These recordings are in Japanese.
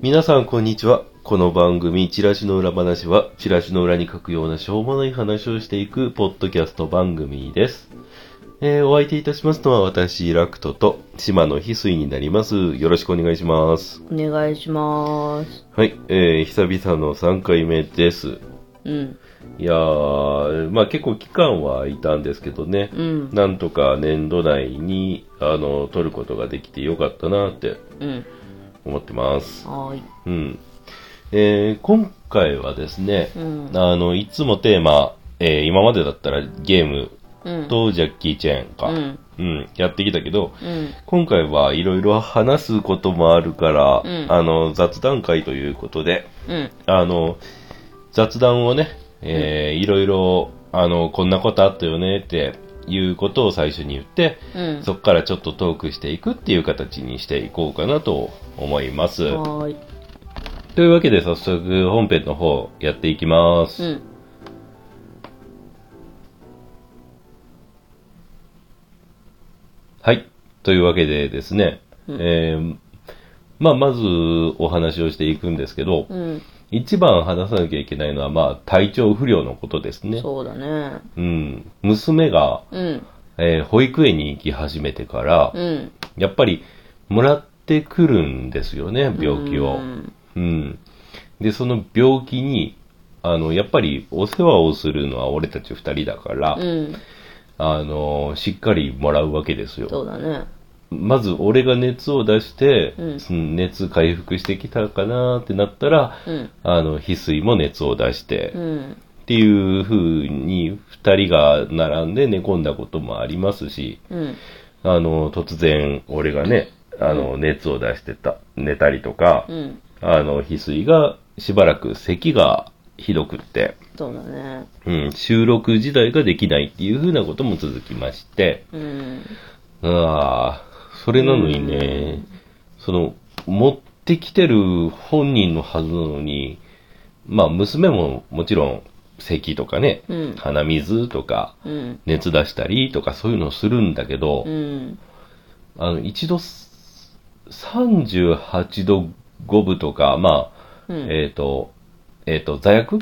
皆さん、こんにちは。この番組、チラシの裏話は、チラシの裏に書くようなしょうもない話をしていく、ポッドキャスト番組です。えーお相手いたしますのは、私、ラクトと、島の翡翠になります。よろしくお願いします。お願いします。はい、えー、久々の3回目です。うん。いやー、まあ結構期間は空いたんですけどね、うん。なんとか年度内に、あの、取ることができてよかったなってうん。思ってます。はーい。うん。えー今回はですね、うん。あの、いつもテーマ、えー今までだったらゲームうん。とジャッキー・チェーンか、ううん、ん。やってきたけど、うん。今回はいろいろ話すこともあるから、うんあの、雑談会ということで、うん。あの、雑談をね、えーいろいろ、あの、こんなことあったよねっていうことを最初に言って、うん。そこからちょっとトークしていくっていう形にしていこうかなと思います。はーい。というわけで早速本編の方やっていきます。うん。はい。というわけでですね、うんえーまあ、まずお話をしていくんですけど、うん。一番話さなきゃいけないのは、まあ、体調不良のことですね。そうだね。うん。娘が、うん。えー保育園に行き始めてから、うん。やっぱり、もらってくるんですよね、病気を。うん。うん。で、その病気に、あの、やっぱりお世話をするのは俺たち二人だから、うん。あの、しっかりもらうわけですそよ。うだね。まず俺が熱を出して、うんその熱回復してきたかなってなったら、うん。あの、翡翠も熱を出して、うっん。ていう風に二人が並んで寝込んだこともありますし、うん。あの、突然俺がね、あの、熱を出してた、寝たりとか、うん。あの、翡翠がしばらく咳がひどくって、そうだね。うん、収録自体ができないっていう風なことも続きまして、うん。ああ、それなのにね、その、持ってきてる本人のはずなのに、まあ、娘ももちろん、咳とかね、うん鼻水とか、うん。熱出したりとかそういうのをするんだけど、うん。あの、一度す、38度5分とか、まあ、うんえっ、と、えっ、と、座薬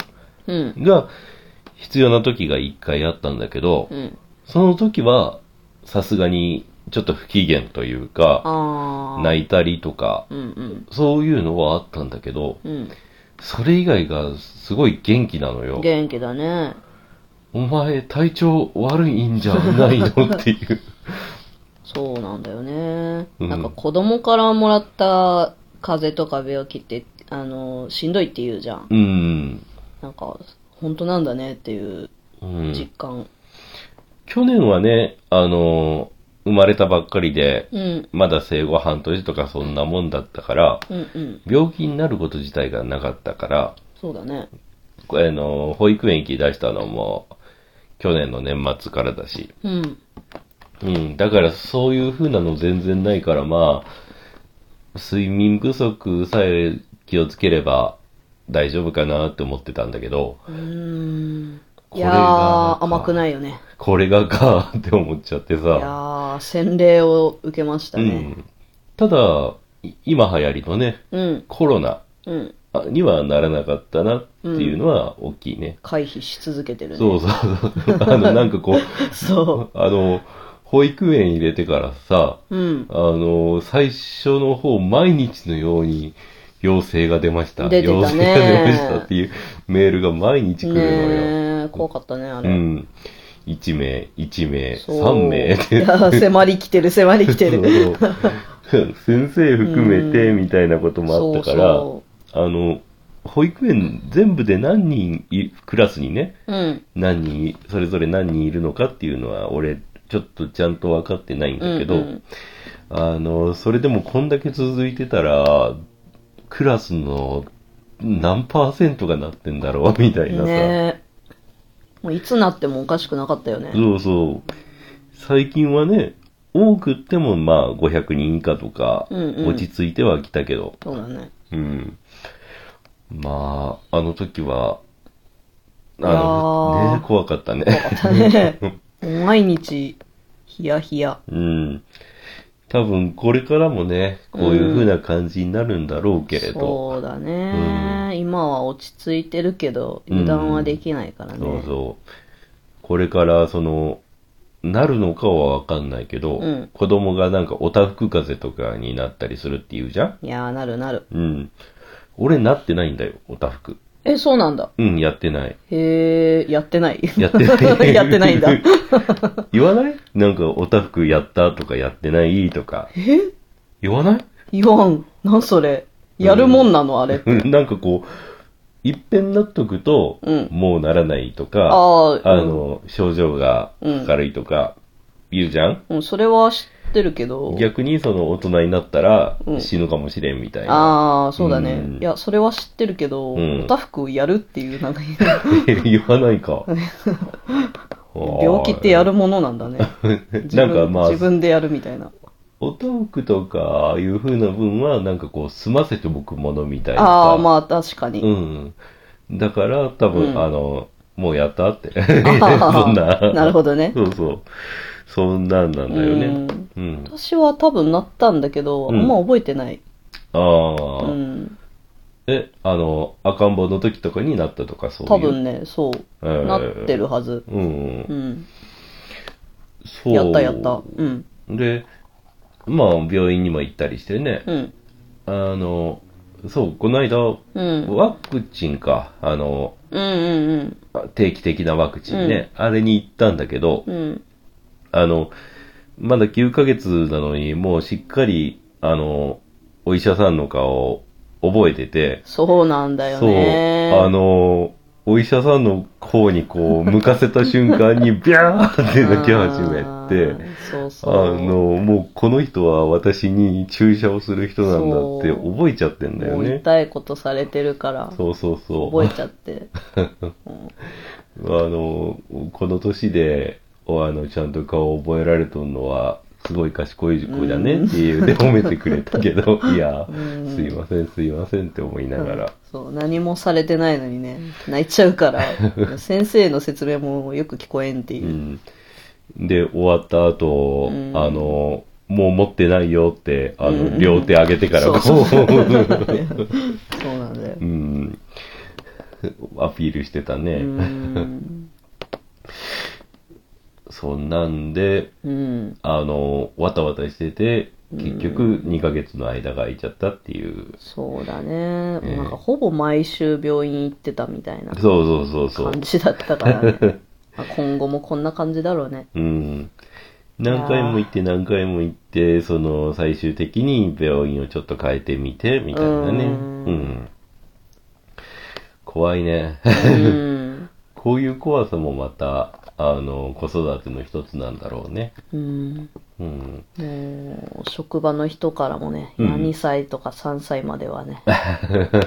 うん。が必要な時が一回あったんだけど、うん。その時は、さすがに、ちょっと不機嫌というか、ああ。泣いたりとか、うんうん。そういうのはあったんだけど、うん。それ以外がすごい元気なのよ。元気だね。お前、体調悪いんじゃないのって いう。そうなんだよね。うんなんか子供からもらった風邪とか病気って、あの、しんどいって言うじゃん。うん。なんか、本当なんだねっていううん実感。去年はね、あのー生まれたばっかりで、うん、まだ生後半年とかそんなもんだったから、うん、うん。病気になること自体がなかったから、そうだね。こあのー保育園行き出したのも、去年の年末からだし。うん、うん。だからそういう風なの全然ないから、まあ、睡眠不足さえ気をつければ大丈夫かなって思ってたんだけど、うーん。こいれやがー、甘くないよね。これがかーって思っちゃってさ。いやー、洗礼を受けましたうね。ん。ただ、い今流行りのね、うん、コロナうん。にはならなかったなっていうのは大きいね。回避し続けてるね。そうそうそう。あの、なんかこ う、そあの、保育園入れてからさ、う。うん。あの、最初の方、毎日のように、陽性が出ました。出てたね陽性が出ましたっていうメールが毎日来るのよ。ねー、怖かったね、あうれ。ん。1名、1名、そう3名っ いてやー、迫りきてる、迫りきてる。そうそう先生含めてみたいなこともあったから、そあの、保育園全部で何人い、クラスにね、うそう。うん。何人い、それぞれ何人いるのかっていうのは、俺、ちょっとちゃんと分かってないんだけど、うんうんあの、それでもこんだけ続いてたら、クラスの何パーセントがなってんだろうみたいなさ、ねえ。もういつなってもおかしくなかったよね。そうそう。最近はね、多くってもまあ500人以下とか、うんうん落ち着いてはきたけど、そうだね。 うん。まあ、あの時は、あいやの、ーね、怖かったね。毎日、ヒヤヒヤ。 うん。多分、これからもね、こういう風な感じになるんだろうけれど。そうだね、今は落ち着いてるけど、油断はできないからね。そうそう。これから、その、なるのかはわかんないけど、うん子供がなんかおたふく風邪とかになったりするって言うじゃんいやー、なるなる。うん。俺なってないんだよ、おたふく。え、そうなんだ。うん、やって ない。へえ、やってない。やってない。 やってないんだ。。 言わないなんか、おたふくやったとかやってないとか。え言わない 言わん。なんそれ。やるもんなの、あれ。うんなんかこう、いっぺんなっとくと、うんもうならないとか、あーあの、症状がうん軽いとか、言うじゃん、うん、それは知ってるけど。逆にその大人になったらうん死ぬかもしれんみたいな。ああ、そうだね、うんいや、それは知ってるけど、うんおたふくをやるってい う、なんか、言わない か。病気ってやるものなんだね。自なん分かまあ自、分でやるみたいな。おたふくとかああいう風な分はなんかこう済ませておくものみたいなさ。ああ、まあ確かに。うん。 だから、多分、うんあの、もうやったって。あ ーそんな。 なるほどねそうそう。そんなんなんだよね。うん。私は多分なったんだけど、うんあんま覚えてない。ああ、うん。え、あの、赤ん坊の時とかになったとかそういう。多分ね、そう、えーなってるはず。うん。うん。そう。やったやった。。うん。で、まあ、病院にも行ったりしてね。うん。あの、そう、この間、うん。ワクチンか。あの、うんうん定期的なワクチンね。あれに行ったんだけど、うん。うん。あの、まだ9ヶ月なのに、もうしっかり、あの、お医者さんの顔を覚えてて、そうなんだよそう、ね。あの、お医者さんの方にこう、向かせた瞬間に、ビャーって泣き始めあて、ー。そうあそう。の、もうこの人は私に注射をする人なんだってそう覚えちゃってんだよもうね。痛いことされてるから、そうそうそう。覚えち ゃって。あの、この年で、おあの、ちゃんと顔を覚えられとんのは、すごい賢い子だねっていうで褒めてくれたけ ど、いや、うんすいません、すいませんって思いながら。そう、何もされてないのにね、泣いちゃうか ら、先生の説明もよく聞こえんっていうう。ん。で、終わった後、うんあの、もう持ってないよって、あうんうんうの、ん両手上げてからこそうそうう、そうなんだよ う。ん、アピールしてたね。うん。そんなんで、うん。あの、わたわたしてて、結局2ヶ月の間が空いちゃったっていう。そうだね。ええなんかほぼ毎週病院行ってたみたいなそうそうそうそう。感じだったか らね。まあ今後もこんな感じだろうね。うん。何回も行って何回も行って、その最終的に病院をちょっと変えてみて、みたいなね。ううんん。怖いね。 うん。こういう怖さもまた、あの、子育ての一つなんだろうね。うん。うん。もう、職場の人からもね、うんいや2歳とか3歳まで はね、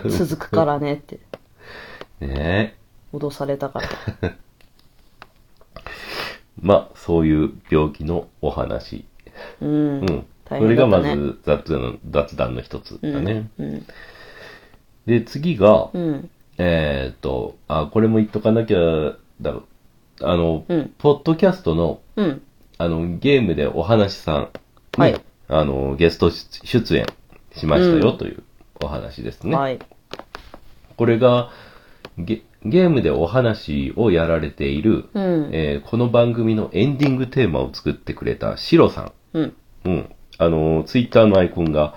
続くからねって、ねえ。脅されたから。 まあ、そういう病気のお話。う。うんん。そ大れ変だがったまねず雑談雑談の一つだね。うん。で、次が、うん。えーっと、あ、これも言っとかなきゃ、だろ、あの、うんポッドキャストの、うん。あの、ゲームでお話さんに、はいあの、ゲスト出出演しましたようんというお話ですね。はい。これがゲ、ゲームでお話をやられている、うん。えーこの番組のエンディングテーマを作ってくれたシロさん。うん。うん。あの、ツイッターのアイコンが、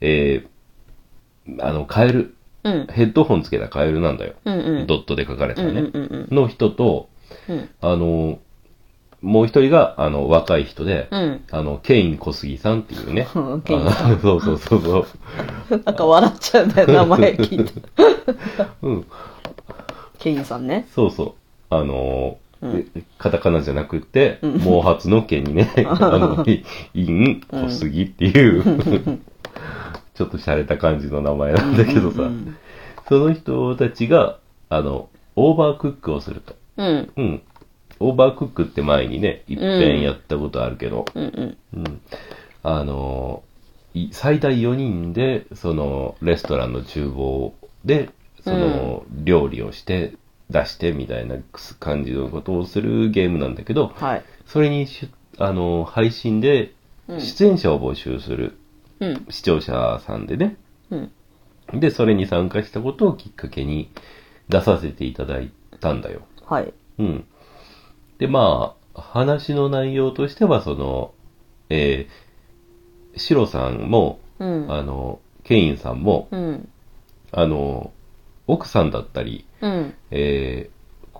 えーあの、カエル、うん。ヘッドホンつけたカエルなんだよ。うん。うん。ドットで書かれたうん。うんね。。うん。の人と、うん。あの、もう一人が、あの、若い人で、うん。あの、ケイン小杉さんっていうね。うん ケインさあのそうそうそうそう。なんか笑っちゃうんだよ、名前聞い た。うん、ケインさんね。そうそう。あの、うんえカタカナじゃなくて、うん毛髪の毛に ね、あの、イイン小杉っていう、 ちょっと洒落た感じの名前なんだけどさ、うんその人たちが、あの、オーバークックをすると。うん。うん。オーバークックって前にね、一遍やったことあるけど、うんうん。うん、あのい最大4人でそのレストランの厨房でその料理をして出してみたいな感じのことをするゲームなんだけどはい。それにしあの配信でうん出演者を募集する、うん。視聴者さんでねうん。でそれに参加したことをきっかけに出させていただいたんだよ。はい。うん。で、まあ、話の内容としては、その、えー、シロさんも、うん。あの、ケインさんも、うん。あの、奥さんだったり、うん。えー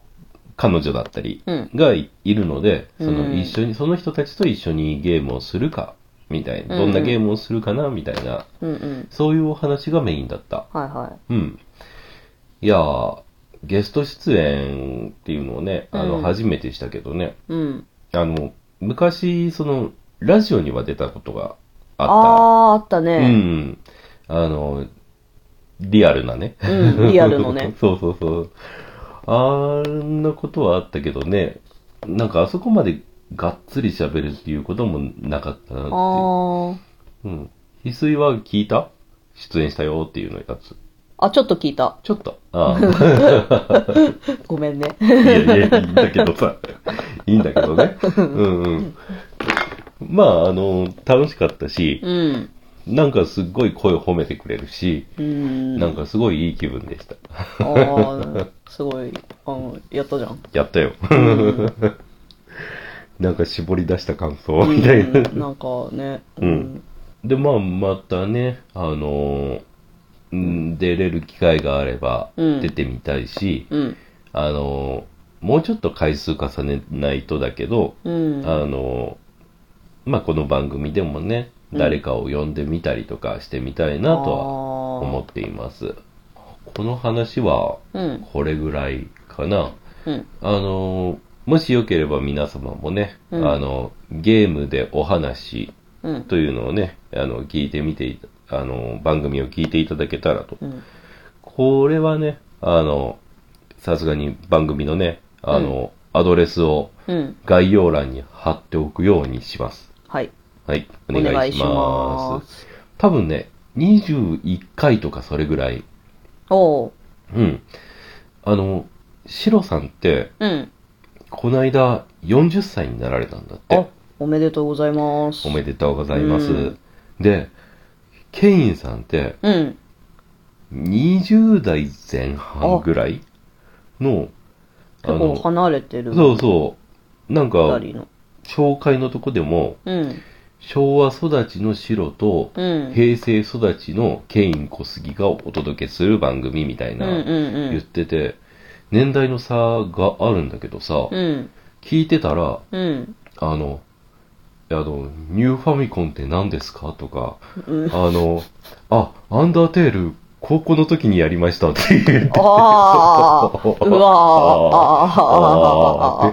彼女だったりうんがいいるので、そうのん一緒に、その人たちと一緒にゲームをするか、みたいな、うんどうんんなゲームをするかな、みたいな、うんうん。そういうお話がメインだった。はいはうん。いやー、ゲスト出演っていうのをね、あの、うん初めてしたけどね、い。うん。あの、昔、その、ラジオには出たことがあっあー、あったた。うね。ん。あの、リアルなね。うんリアルのね そうそうそう。あんなことはあったけどね、なんかあそこまでがっつり喋るっていうこともなかったなってあいう。ー。うん。翡翠は聞いた出演したよっていうのやつ。あ、ちょっと聞いた。ちょっと。ああ。ごめんね。いやいや、いいんだけど さ。いいんだけどね。うんうん。まあ、あの、楽しかったし、うん。なんかすっごい声を褒めてくれるし、うん。なんかすごいいい気分でした。あー、すごい。あの、やった じゃん。やったよ。うん。なんか絞り出した感想みたいな。うんなんかね。うん。で、まあ、またね、あのーうん出れる機会があればうん出てみたいし、うん。あのーもうちょっと回数重ねないとだけど、うん。あのーまあ、この番組でもね、うん誰かを呼んでみたりとかしてみたいなとは思っています。この話はあーうん。これぐらいかな。うん。あの、もしよければ皆様もね、うんあの、ゲームでお話うん。というのをね、あの、聞いてみていた、あの、番組を聞いていただけたらと。うん。これはね、あの、さすがに番組のね、あの、アドレスをうん。概要欄に貼っておくようにします。はい。はい、おお願いします。願いします。多分ね、21回とかそれぐらいおー。うん。あの、シロさんって、うん。この間40歳になられたんだっあて。、おめでとうございます。おめでとうございます。うんで、ケインさんってうん。 20代前半ぐらいの、あ結構の、離れてる。そうそう、なんか、二人の。紹介のとこでも、うん。昭和育ちのシロと、うん。平成育ちのケイン小杉がお届けする番組みたいうんなうんう言っん。てて、年代の差があるんだけどさ、うん。聞いてたら、うん。あの、あの、ニューファミコンって何ですかとか、うんあの、あ、アンダーテール、高校の時にやりましたっていう。ああ、 うわーああ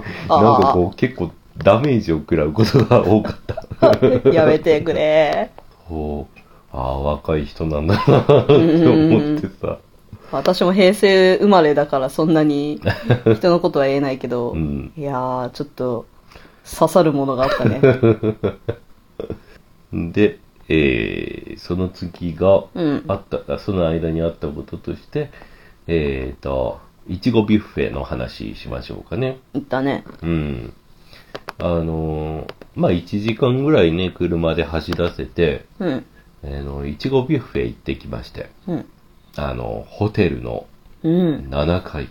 ーーってなんかこう、結構ダメージを食らうことが多かった。 やめてくれ。こう、ああ、若い人なんだなって思ってさ。私も平成生まれだからそんなに人のことは言えないけ ど、うんいやー、ちょっと刺さるものがあったね。 で、えー、その次が、うん。あった、あその間にあったこととして、えっ、と、いちごビュッフェの話しましょうかね。いったね。うん。あのーまあ、1時間ぐらいね、車で走らせて、うん。あの、いちごビュッフェ行ってきまして、うん。あの、ホテルのうん。 7階。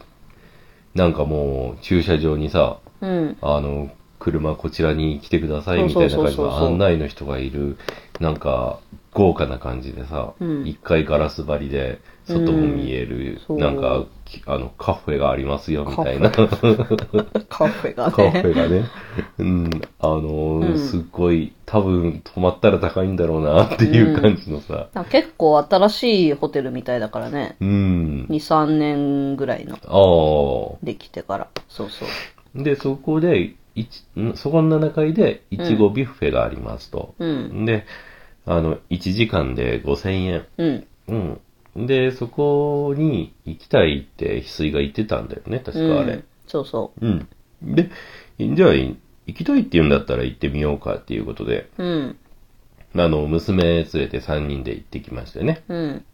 なんかもう、駐車場にさ、うん。あの、車こちらに来てくださいみたいなそう感そうじそうそうの案内の人がいる、なんか、豪華な感じでさ、一うん1階ガラス張りで、外も見える、うんなんそかう、きあの、カフェがありますよみたいな。カ フカフェがェね。がね。うん。あのーうんすっごい、多分泊まったら高いんだろうなっていう感じのさ、なんか結構新しいホテルみたいだからね。うん。 2、3年ぐらいの。ああ。できてから。そうそう。で、そこで、いちんそこの7階で、いちごビュッフェがありますと。うん。で、あの、1時間で5000円。うん。うん。で、そこに行きたいって翡翠が言ってたんだよね、確かあれ。うんそうそうん。で、じゃあ、い行きたいって言うんだったら行ってみようかっていうことで、うん。あの、娘連れて3人で行ってきましてね。うん。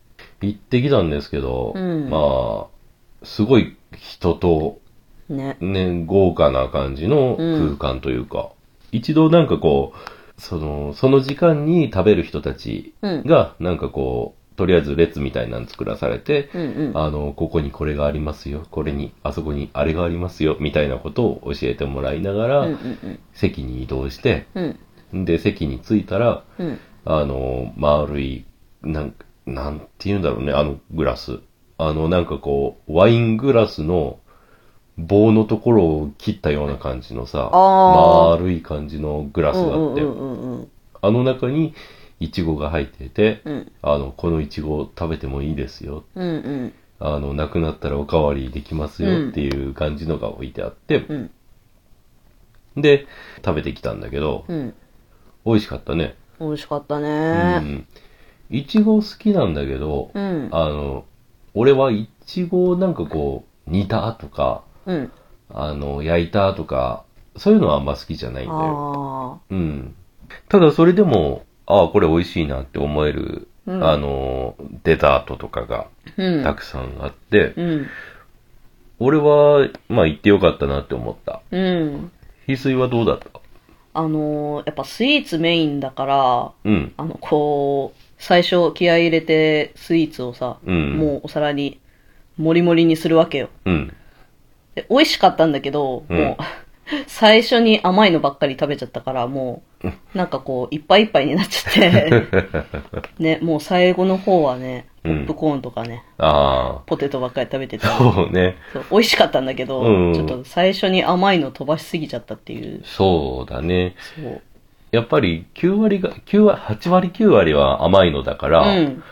行ってきたんですけど、うんまあ、すごい人と、ね。ね、豪華な感じの空間というか、一度なんかこう、その、その時間に食べる人たちうん。が、なんかこう、とりあえず列みたいなの作らされて、うんうん。あの、ここにこれがありますよ、これに、あそこにあれがありますよ、みたいなことを教えてもらいながら、うんうん席に移動して、うん。うん。で、席に着いたら、うん。あの、丸い、なん、なんて言うんだろうね、あのグラス。あの、なんかこう、ワイングラスの棒のところを切ったような感じのさ、あー丸い感じのグラスうがあんっうて、んうんうん。あの中にイチゴが入ってて、うん。あの、このイチゴ食べてもいいですよ。うんうん。あの、なくなったらおかわりできますうよんっていう感じのが置いてあって、うん。で、食べてきたんだけど、うん。美味しかったね。美味しかったうね。ん。イチゴ好きなんだけど、うん。あの、俺はイチゴをなんかこう、煮たとか、うん。あの、焼いたとか、そういうのはあんま好きじゃないんだよ。あうん。ただそれでも、ああ、これ美味しいなって思える、うんあの、デザートとかがあ。うん。たくさんあって、うん。俺は、まあ行ってよかったなって思った。うん。翡翠はどうだったあのーやっぱスイーツメインだから、うん。あの、こう、最初気合い入れてスイーツをさ、うんもうお皿に、もりもりにするわけよ。うん。で美味しかったんだけど、うんもう、 最初に甘いのばっかり食べちゃったから、もう、なんかこう、いっぱいいっぱいになっち ゃって、ね、もう最後の方はね、ポうんップコーンとかね、あポテトばっかり食べてあ、た。 そうね。そう美味しかったんだけど、うんちょっと最初に甘いの飛ばしすぎちゃったっていう。そうだね。そう。やっぱり9割が、9割、8割9割は甘いのだから、うん。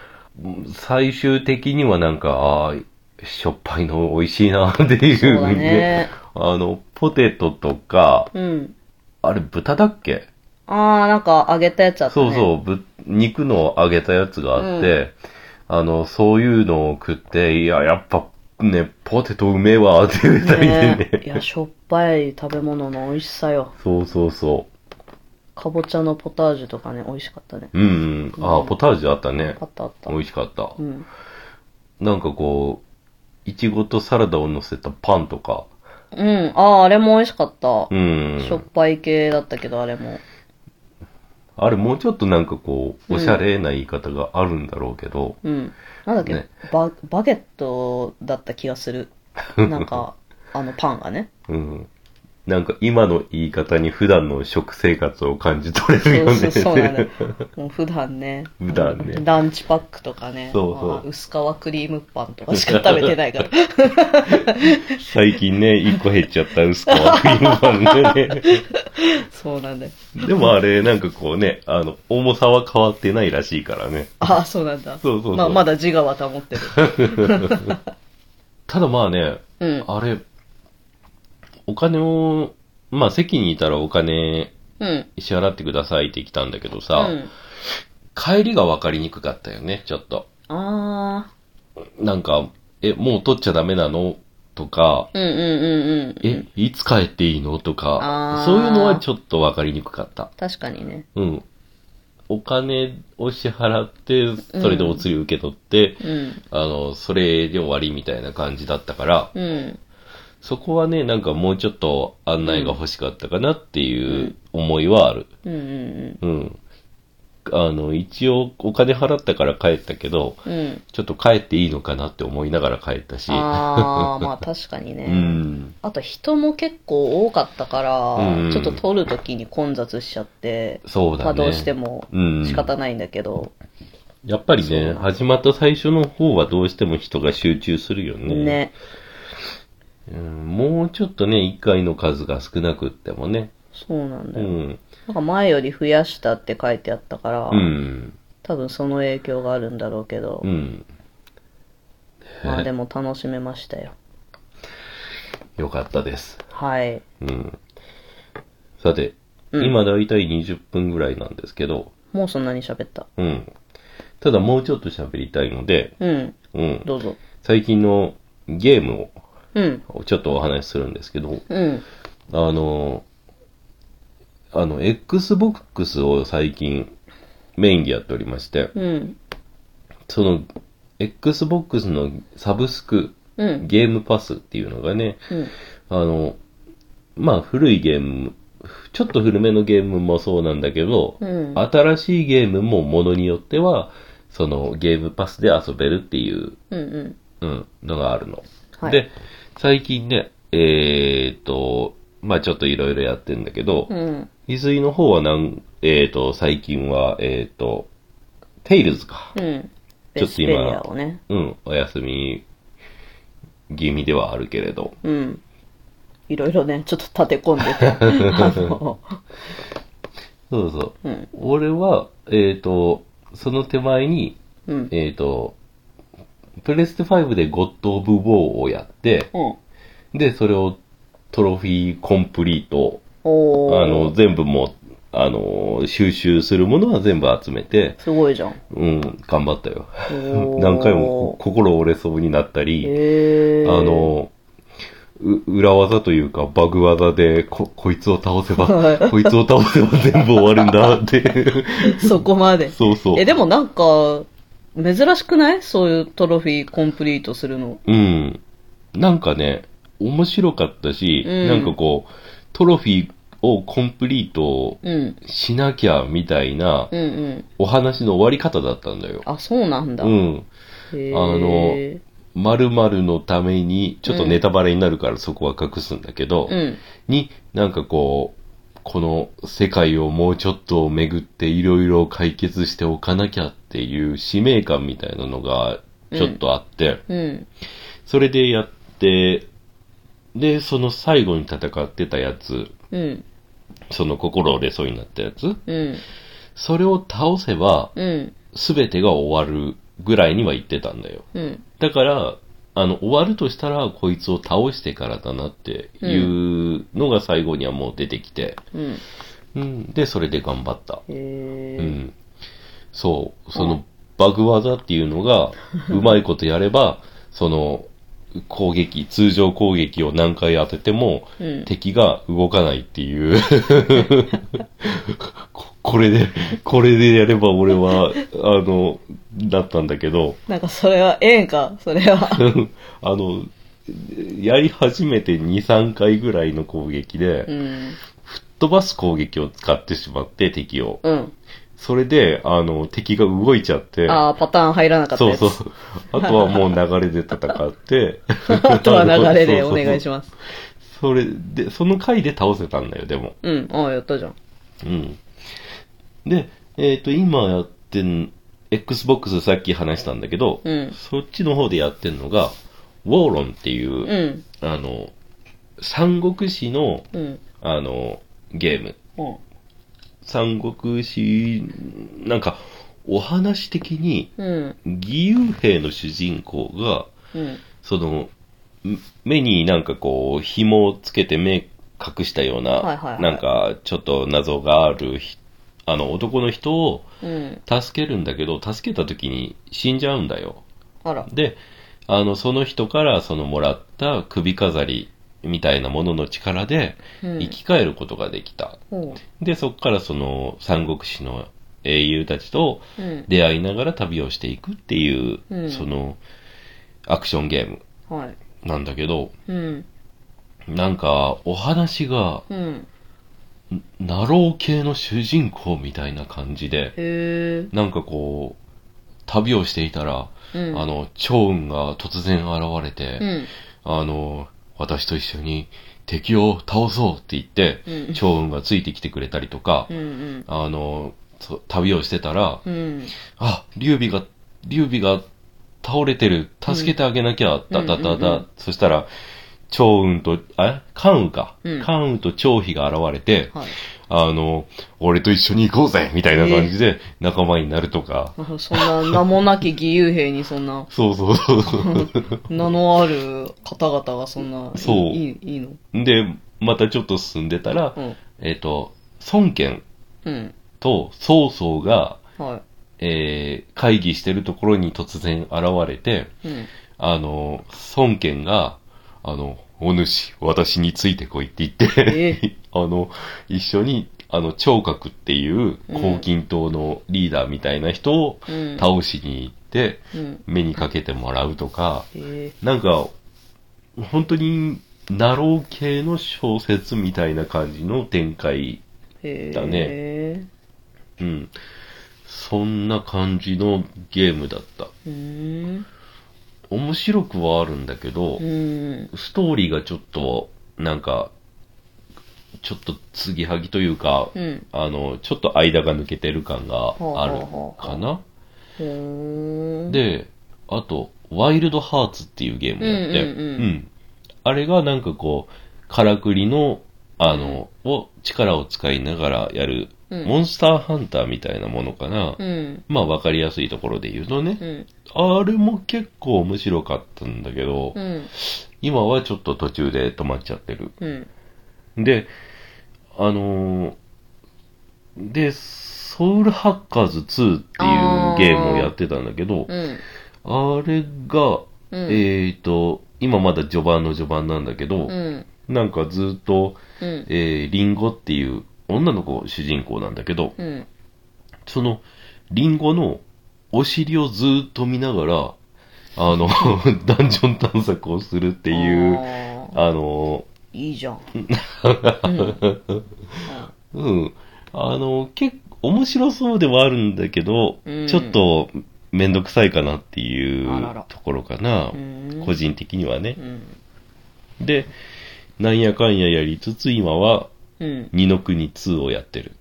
最終的にはなんか、ああ、しょっぱいの美味しいなっていう。そうだね。あの、ポテトとか、うん。あれ豚だっけあー、なんか揚げたやつあったそね。うそう、ぶ肉の揚げたやつがあって、あの、そういうのを食って、いや、やっぱね、ポテトうめえわって言ったりでねね。いや、しょっぱい食べ物の美味しさよ。そうそうそかぼちゃのポタージュとかね、美味しかったね。う。うん、うん。ああ、ポタージュあったねあ。ったあった。美味しかった。うん。なんかこう、いちごとサラダを乗せたパンとか、うん。ああ、あれも美味しかったう。ん。しょっぱい系だったけど、あれも。あれもうちょっとなんかこう、うおんしゃれな言い方があるんだろうけど、うん。なんだっけ、ねババゲットだった気がす る。なんか、あのパンがね。うん。なんか今の言い方に普段の食生活を感じ取れるよね。そうそうそうなのよ。もう普段ね。普段ねランチパックとかね。そうそうまあ薄皮クリームパンとかしか食べてな いから。最近 ね、一個減っちゃった薄皮クリームパンがね。そうなんだよ。でもあれ、なんかこうね、あの、重さは変わってないらしいからね。ああ、そうなんだ。そうそうそうまあ、まだ自我は保ってる。ただまあね、うん。 あれ、お金を、まあ席にいたらお金うん。支払ってくださいって来たんだけどうさ、ん。帰りが分かりにくかったよね、ちょっと。ああ。なんか、え、もう取っちゃダメなのとか、うんうんうんうん。え、いつ帰っていいのとあかー、そういうのはちょっとわかりにくかった。確かにね。うん。お金を支払って、それでお釣り受け取って、うん。あの、それで終わりみたいな感じだったから、うん。そこはね、なんかもうちょっと案内が欲しかったかなっていう思いはある。うんうんうん。あの、一応お金払ったから帰ったけど、うん。うん。ちょっと帰っていいのかなって思いながら帰ったし、ああ、ま あ確かにね。うん。あと人も結構多かったから、うんちょっと撮るときに混雑しちゃって、そうだね。まあどうしてもうん仕方ないんだけど、やっぱりそうなね、の始まった最初の方はどうしても人が集中するよね。ね。うん、もうちょっとね、一回の数が少なくってもね。そうなんうだよ。ん。なんか前より増やしたって書いてあったから、うん。多分その影響があるんだろうけど、うん。まあでも楽しめましたよ。よかったです。はい。うん。さて、うん今だいたい20分ぐらいなんですけど、もうそんなに喋った。うん。ただもうちょっと喋りたいので、うん。うん。どうぞ。最近のゲームうん。をちょっとお話しするんですけど、うん。あの、あの、Xbox を最近メインでやっておりまして、うん。その、Xbox のサブスク、うん。ゲームパスっていうのがね、うん。あの、まあ古いゲーム、ちょっと古めのゲームもそうなんだけど、うん。新しいゲームもものによっては、そのゲームパスで遊べるっていう、うん。うん。うん、のがあるの。はい。で、最近ね、えーっと、まあちょっといろいろやってんだけど、うん。伊豆の方はなん、えーっと、最近は、えーっと、テイルズか。うん。ちょベっスとペ今リアをね。うん、お休み気味ではあるけれど。うん。いろいろね、ちょっと立て込んでて。あの、そうそう。うん。俺は、えっ、と、その手前に、うん。えっ、と、プレステ5でゴッド・オブ・ウォーをやって、うん。で、それをトロフィーコンプリート、おー。あの、、全部もう、あの、収集するものは全部集めて、すごいじゃん。うん、頑張ったよ。おー何回も心折れそうになったり、へー。あ、の、う裏技というか、バグ技で、こ、こいつを倒せば、こいつを倒せば全部終わるんだ って。そこまで。そうそう。え、でもなんか、珍しくないそういうトロフィーコンプリートするの。うん。なんかね、面白かったし、うんなんかこう、トロフィーをコンプリートうん。しなきゃみたいなうんうん。お話の終わり方だったんだよ。あ、そうなんだ。うん。へーあの、〇〇のために、ちょっとネタバレになるからそこは隠すんだけど、うん。に、なんかこう、この世界をもうちょっと巡っていろいろ解決しておかなきゃっていう使命感みたいなのがちょっとあって、うん。それでやって、で、その最後に戦ってたやつ、うん。その心折れそうになったやつ、うん。それを倒せば、うん。すべてが終わるぐらいには言ってたんだよ。うん。だから、あの、終わるとしたら、こいつを倒してからだなっていうのが最後にはもう出てきて、ううん。ん、で、それで頑張った。へうーん。そう、そうのんバグ技っていうの が、うまいことやれば、その、攻撃、通常攻撃を何回当てても、うん。敵が動かないっていう。 ここれで、これでやれば俺は、あの、だったんだけど、 なんかそれは、ええんか、それは。あの、やり始めて2、3回ぐらいの攻撃うで、ん。飛ばす攻撃を使ってしまって、敵を。うん。それで、あの、敵が動いちゃって、ああ、パターン入らなかったそやうつ。そう そう。あとはもう流れで戦って、あとは流れでお願いしまます。す。 それで、その回で倒せたんだよ、でも。うん。ああ、やったじゃん。うん。で、えっ、と、今やってん、Xbox さっき話したんだけど、うんそっちの方でやってんのが、ウォーロンっていうう、ん。あの、三国志の、うん。あの、ゲーム。うん。三国志、なんか、お話的に、うん。義勇兵の主人公が、うん。その、ん目になんかこう、紐をつけて目隠したような、はいはいはいなんかちょっと謎があるひ、あの男の人をうん。助けるんだけど、助けた時に死んじゃうんだよ。あら。で、あの、その人からそのもらった首飾りみたいなものの力でうん生き返ることができた。ほで、そこからその三国志の英雄たちとう。うん。出会いながら旅をしていくっていう、うんそのアクションゲームはい。なんだけど、うん。なんか、お話が、うん。ナロー系の主人公みたいな感じで、へえ。なんかこう、旅をしていたら、うん。あ、の、趙雲が突然現れて、うん。あの、私と一緒に敵を倒そうって言って、うん趙雲がついてきてくれたりとかう、ん。あの、そ旅をしてたら、うん。あ、劉備が、劉備が倒れてる、助けてあげなきゃ、だだだうんうんうだ。そしたら、趙雲と、あ、関羽か。うん関羽と張飛が現れて、はい。あの、俺と一緒に行こうぜみたいな感じで仲間になるとか。あそんな名もなき義勇兵にそん なそうそうそう そう。名のある方々がそんな、いそういいいいので、またちょっと進んでたら、うん。えっ、と、孫権うん。と曹操が、はえー会議してるところに突然現れて、 い。うん。あの、孫権が、あの、お主、私についてこいって言って、え あの、一緒に、あの、聴覚っていう、黄金党のリーダーみたいな人をうん倒しに行って、うん。目にかけてもらうとか、えなんか、本当に、ナロー系の小説みたいな感じの展開。えだね。うん。そんな感じのゲームだった。うーん。面白くはあるんだけど、うん。ストーリーがちょっと、なんか、ちょっと継ぎはぎというか、うん。あの、ちょっと間が抜けてる感があるかな。ふーん、で、あと、ワイルドハーツっていうゲームがあって、うんうんうんあれがなんかこう、からくりの、あの、を、力を使いながらやる、うんモンスターハンターみたいなものかな。うん。まあ、わかりやすいところで言うとね、うん。あれも結構面白かったんだけど、うん。今はちょっと途中で止まっちゃってる。うん。で、あのーで、ソウルハッカーズ2っていうゲームをやってたんだけど、うん。あれが、うんえっ、と、今まだ序盤の序盤なんだけど、うん。なんかずっと、うん。えーリンゴっていう女の子主人公なんだけど、うん。その、リンゴのお尻をずーっと見ながら、あの、 ダンジョン探索をするっていう、あーあのいいじゃん。うん。あの、結構面白そうではあるんだけど、うんちょっとめんどくさいかなっていうあららところかな。うん個人的にはねう。ん。で、なんやかんややりつつ今はうん。二の国2をやってる。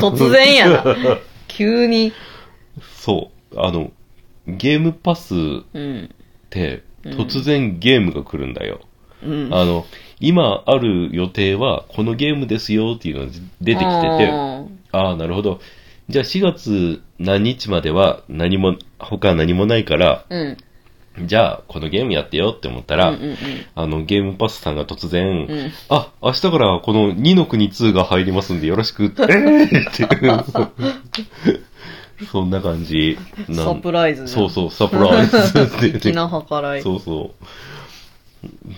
突然やな。急に。そう。あの、ゲームパスっうん。て突然ゲームが来るんだよ。うん。あの、今ある予定はこのゲームですよっていうのが出てきてて、ああ、なるほど。じゃあ4月何日までは何も、他何もないから、て。うん。じゃあこのゲームやってよって思ったら、うんうんうんあの、ゲームパスさんが突然、うんあ、明日からこの2の国2が入りますんでよろしくって、えーって。 そんな感じなん。サプライズじゃそんうそう、サプライズって 言って粋な計らい。そうそ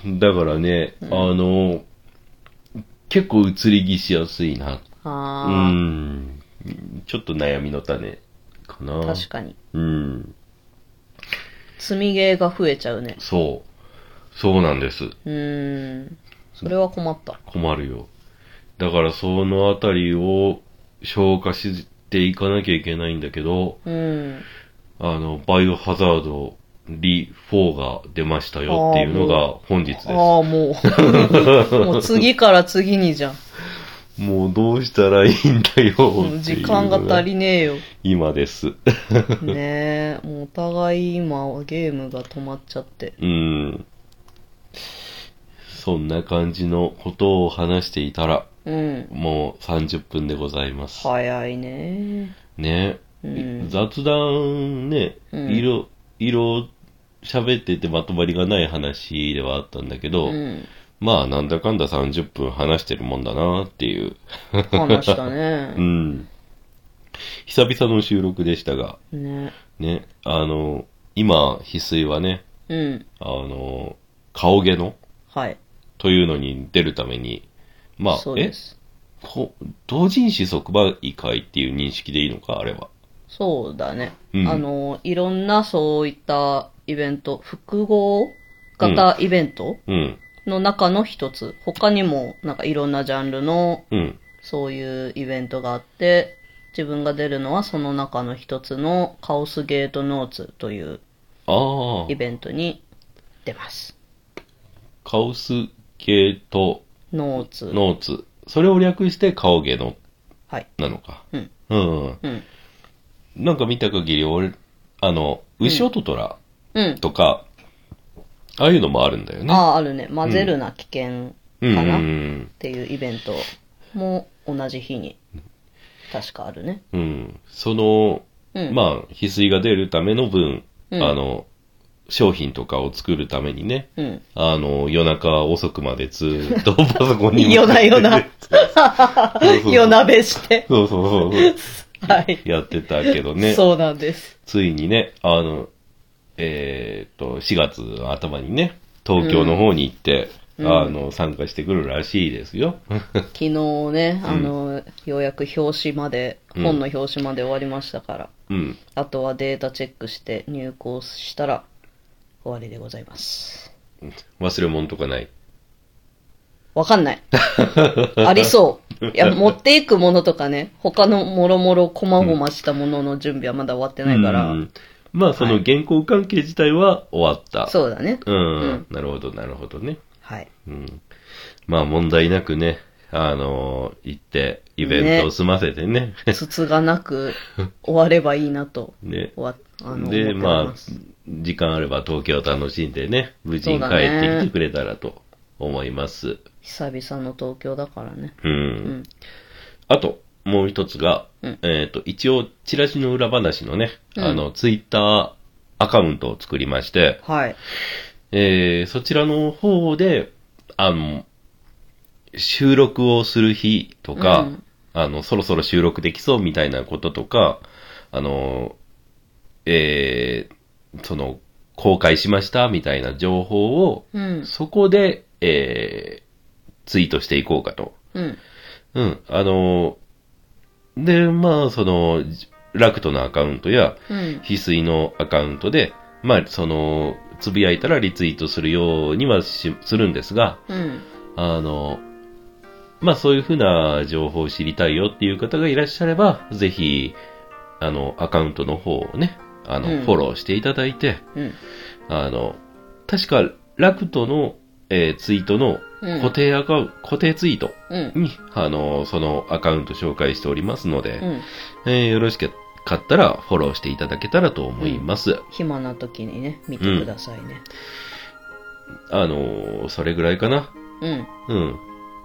う。だからね、あの、結構移り気しやすいなうあん。ちょっと悩みの種かな。あ、確かに。うん。積みゲーが増えちゃうね。そう。そうなんです。うーん。それは困った。困るよ。だからそのあたりを消化していかなきゃいけないんだけど、うん。あの、バイオハザードリ4が出ましたよっていうのあーが本日です。ああ、もう。もう次から次にじゃん。 もうどうしたらいいんだよもうってい時う間が足りねえよ。今です。ねえ。もうお互い今ゲームが止まっちゃって。うん。そんな感じのことを話していたら、うん。もう30分でございます。早いね。ね、うん雑談ね、うんいろいろ喋っててまとまりがない話ではあったんだけど、うん。まあなんだかんだ30分話してるもんだなっていう。話 だうね。ん。久々の収録でしたが、ね。ね、あの、今、翡翠はね、うん。あの、顔毛のはい。というのに出るために、まあそ、うえです。こ同人誌即売会っていう認識でいいのか、あれは。そうだね。うんあの、いろんなそういったイベント、複合型イベントうん、の中の一つ。他にも、なんかいろんなジャンルのうん、そういうイベントがあって、自分が出るのはその中の一つのカオスゲートノーツというああイ、ベントに出ます。カオスゲートノーツ。ノーツ。それを略して顔ゲノはい。なのか。うん。うん。うん。なんか見た限り、俺、あの、牛音虎うん。とか、ああいうのもあるんだよね。ああ、あるね。混ぜるな危険うんかうんなうっん。ていうイベントも同じ日に、確かあるね。うん。その、うんまあ、翡翠が出るための分、うんあの、商品とかを作るためにね、うん。あの、夜中遅くまでずーっとパソコンに 夜な夜な。そうそう夜なべして。そうそうそうはい。やってたけどね。そうなんです。ついにね、あの、えーっと、4月の頭にね、東京の方に行って、うんあの、参加してくるらしいですよ。 昨日ね、あの、ようやく表紙まで、うん本の表紙まで終わりましたから、うん。あとはデータチェックして入稿したら終わりでございます。忘れ物とかない。わか んない。ありそう。いや、持っていくものとかね、他のもろもろこまごましたものの準備はまだ終わってないから、うんまあ、その原稿関係自体は終わった。そうだね。うん、うんなるほど、なるほどね。はい。うん。まあ、問題なくね、あのー行って、イベントを済ませてね。つつがなく終わればいいなと、 ね。終わあので、思っておりまあます、時間あれば東京を楽しんでね、無事に帰そうっだねてきてくれたらと思います。久々の東京だからね。う。うんん。あと、もう一つが、うんえっ、と、一応、チラシの裏話のね、うんあの、ツイッターアカウントを作りまして、はい。えーそちらの方で、あの、収録をする日とか、うんあの、そろそろ収録できそうみたいなこととか、あの、えーその、公開しましたみたいな情報を、うん。そこで、えーツイートしていこうかと。うん。うん、あの、で、まあ、その、ラクトのアカウントや、うん。翡翠のアカウントで、まあ、その、つぶやいたらリツイートするようにはしするんですが、うん。あの、まあ、そういうふうな情報を知りたいよっていう方がいらっしゃれば、ぜひ、あの、アカウントの方をね、あの、うんフォローしていただいて、うん。あの、確か、ラクトの、えーツイートのうん固定アカウント、固定ツイートうん。に、あの、そのアカウント紹介しておりますので、うん。えーよろしかったらフォローしていただけたらと思います。暇な時にね、見てくださいね。あのーそれぐらいかな。うん。うん。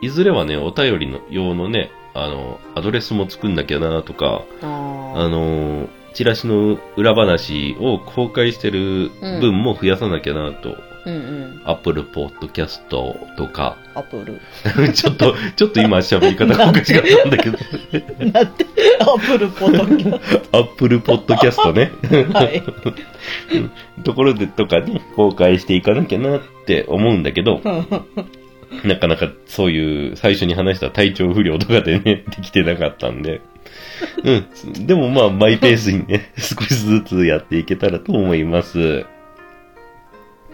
いずれはね、お便りの用のね、あの、アドレスも作んなきゃなとか、ああのーチラシの裏話を公開してる分も増やさなきゃなと、あ。うんうん。 Apple Podcast とか、 アップル。ちょっと、ちょっと今喋り方がおかしかったんだけど、だって、 アップルポトキャ Apple Podcast ね。はい。ところでとかね、公開していかなきゃなって思うんだけど、なかなかそういう最初に話した体調不良とかでね、 できてなかったんで、うん。でもまあ、マイペースにね、 少しずつやっていけたらと思います。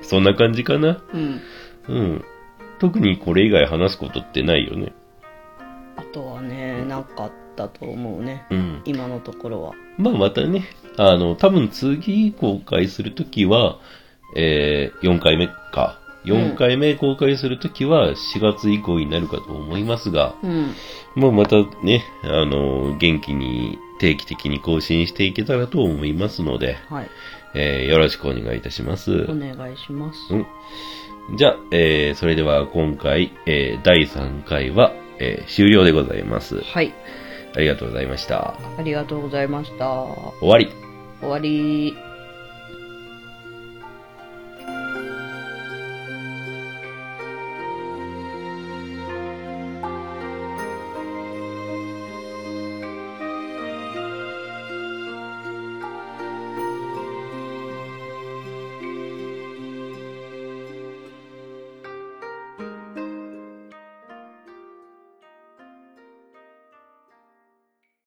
そんな感じかなうん。うん。特にこれ以外話すことってないよね。あとはね、なかったと思うね。うん。今のところは。まあまたね、あの、多分次公開するときは、えー、4回目か。4回目公開するときは4月以降になるかと思いますが、うん。まあまたね、あの、元気に定期的に更新していけたらと思いますので、はい。えー、よろしくお願いいたします。お願いします。じゃあ、えー、それでは今回、えー、第3回は、えー、終了でございます。はい。ありがとうございました。ありがとうございました。終終わり。わり。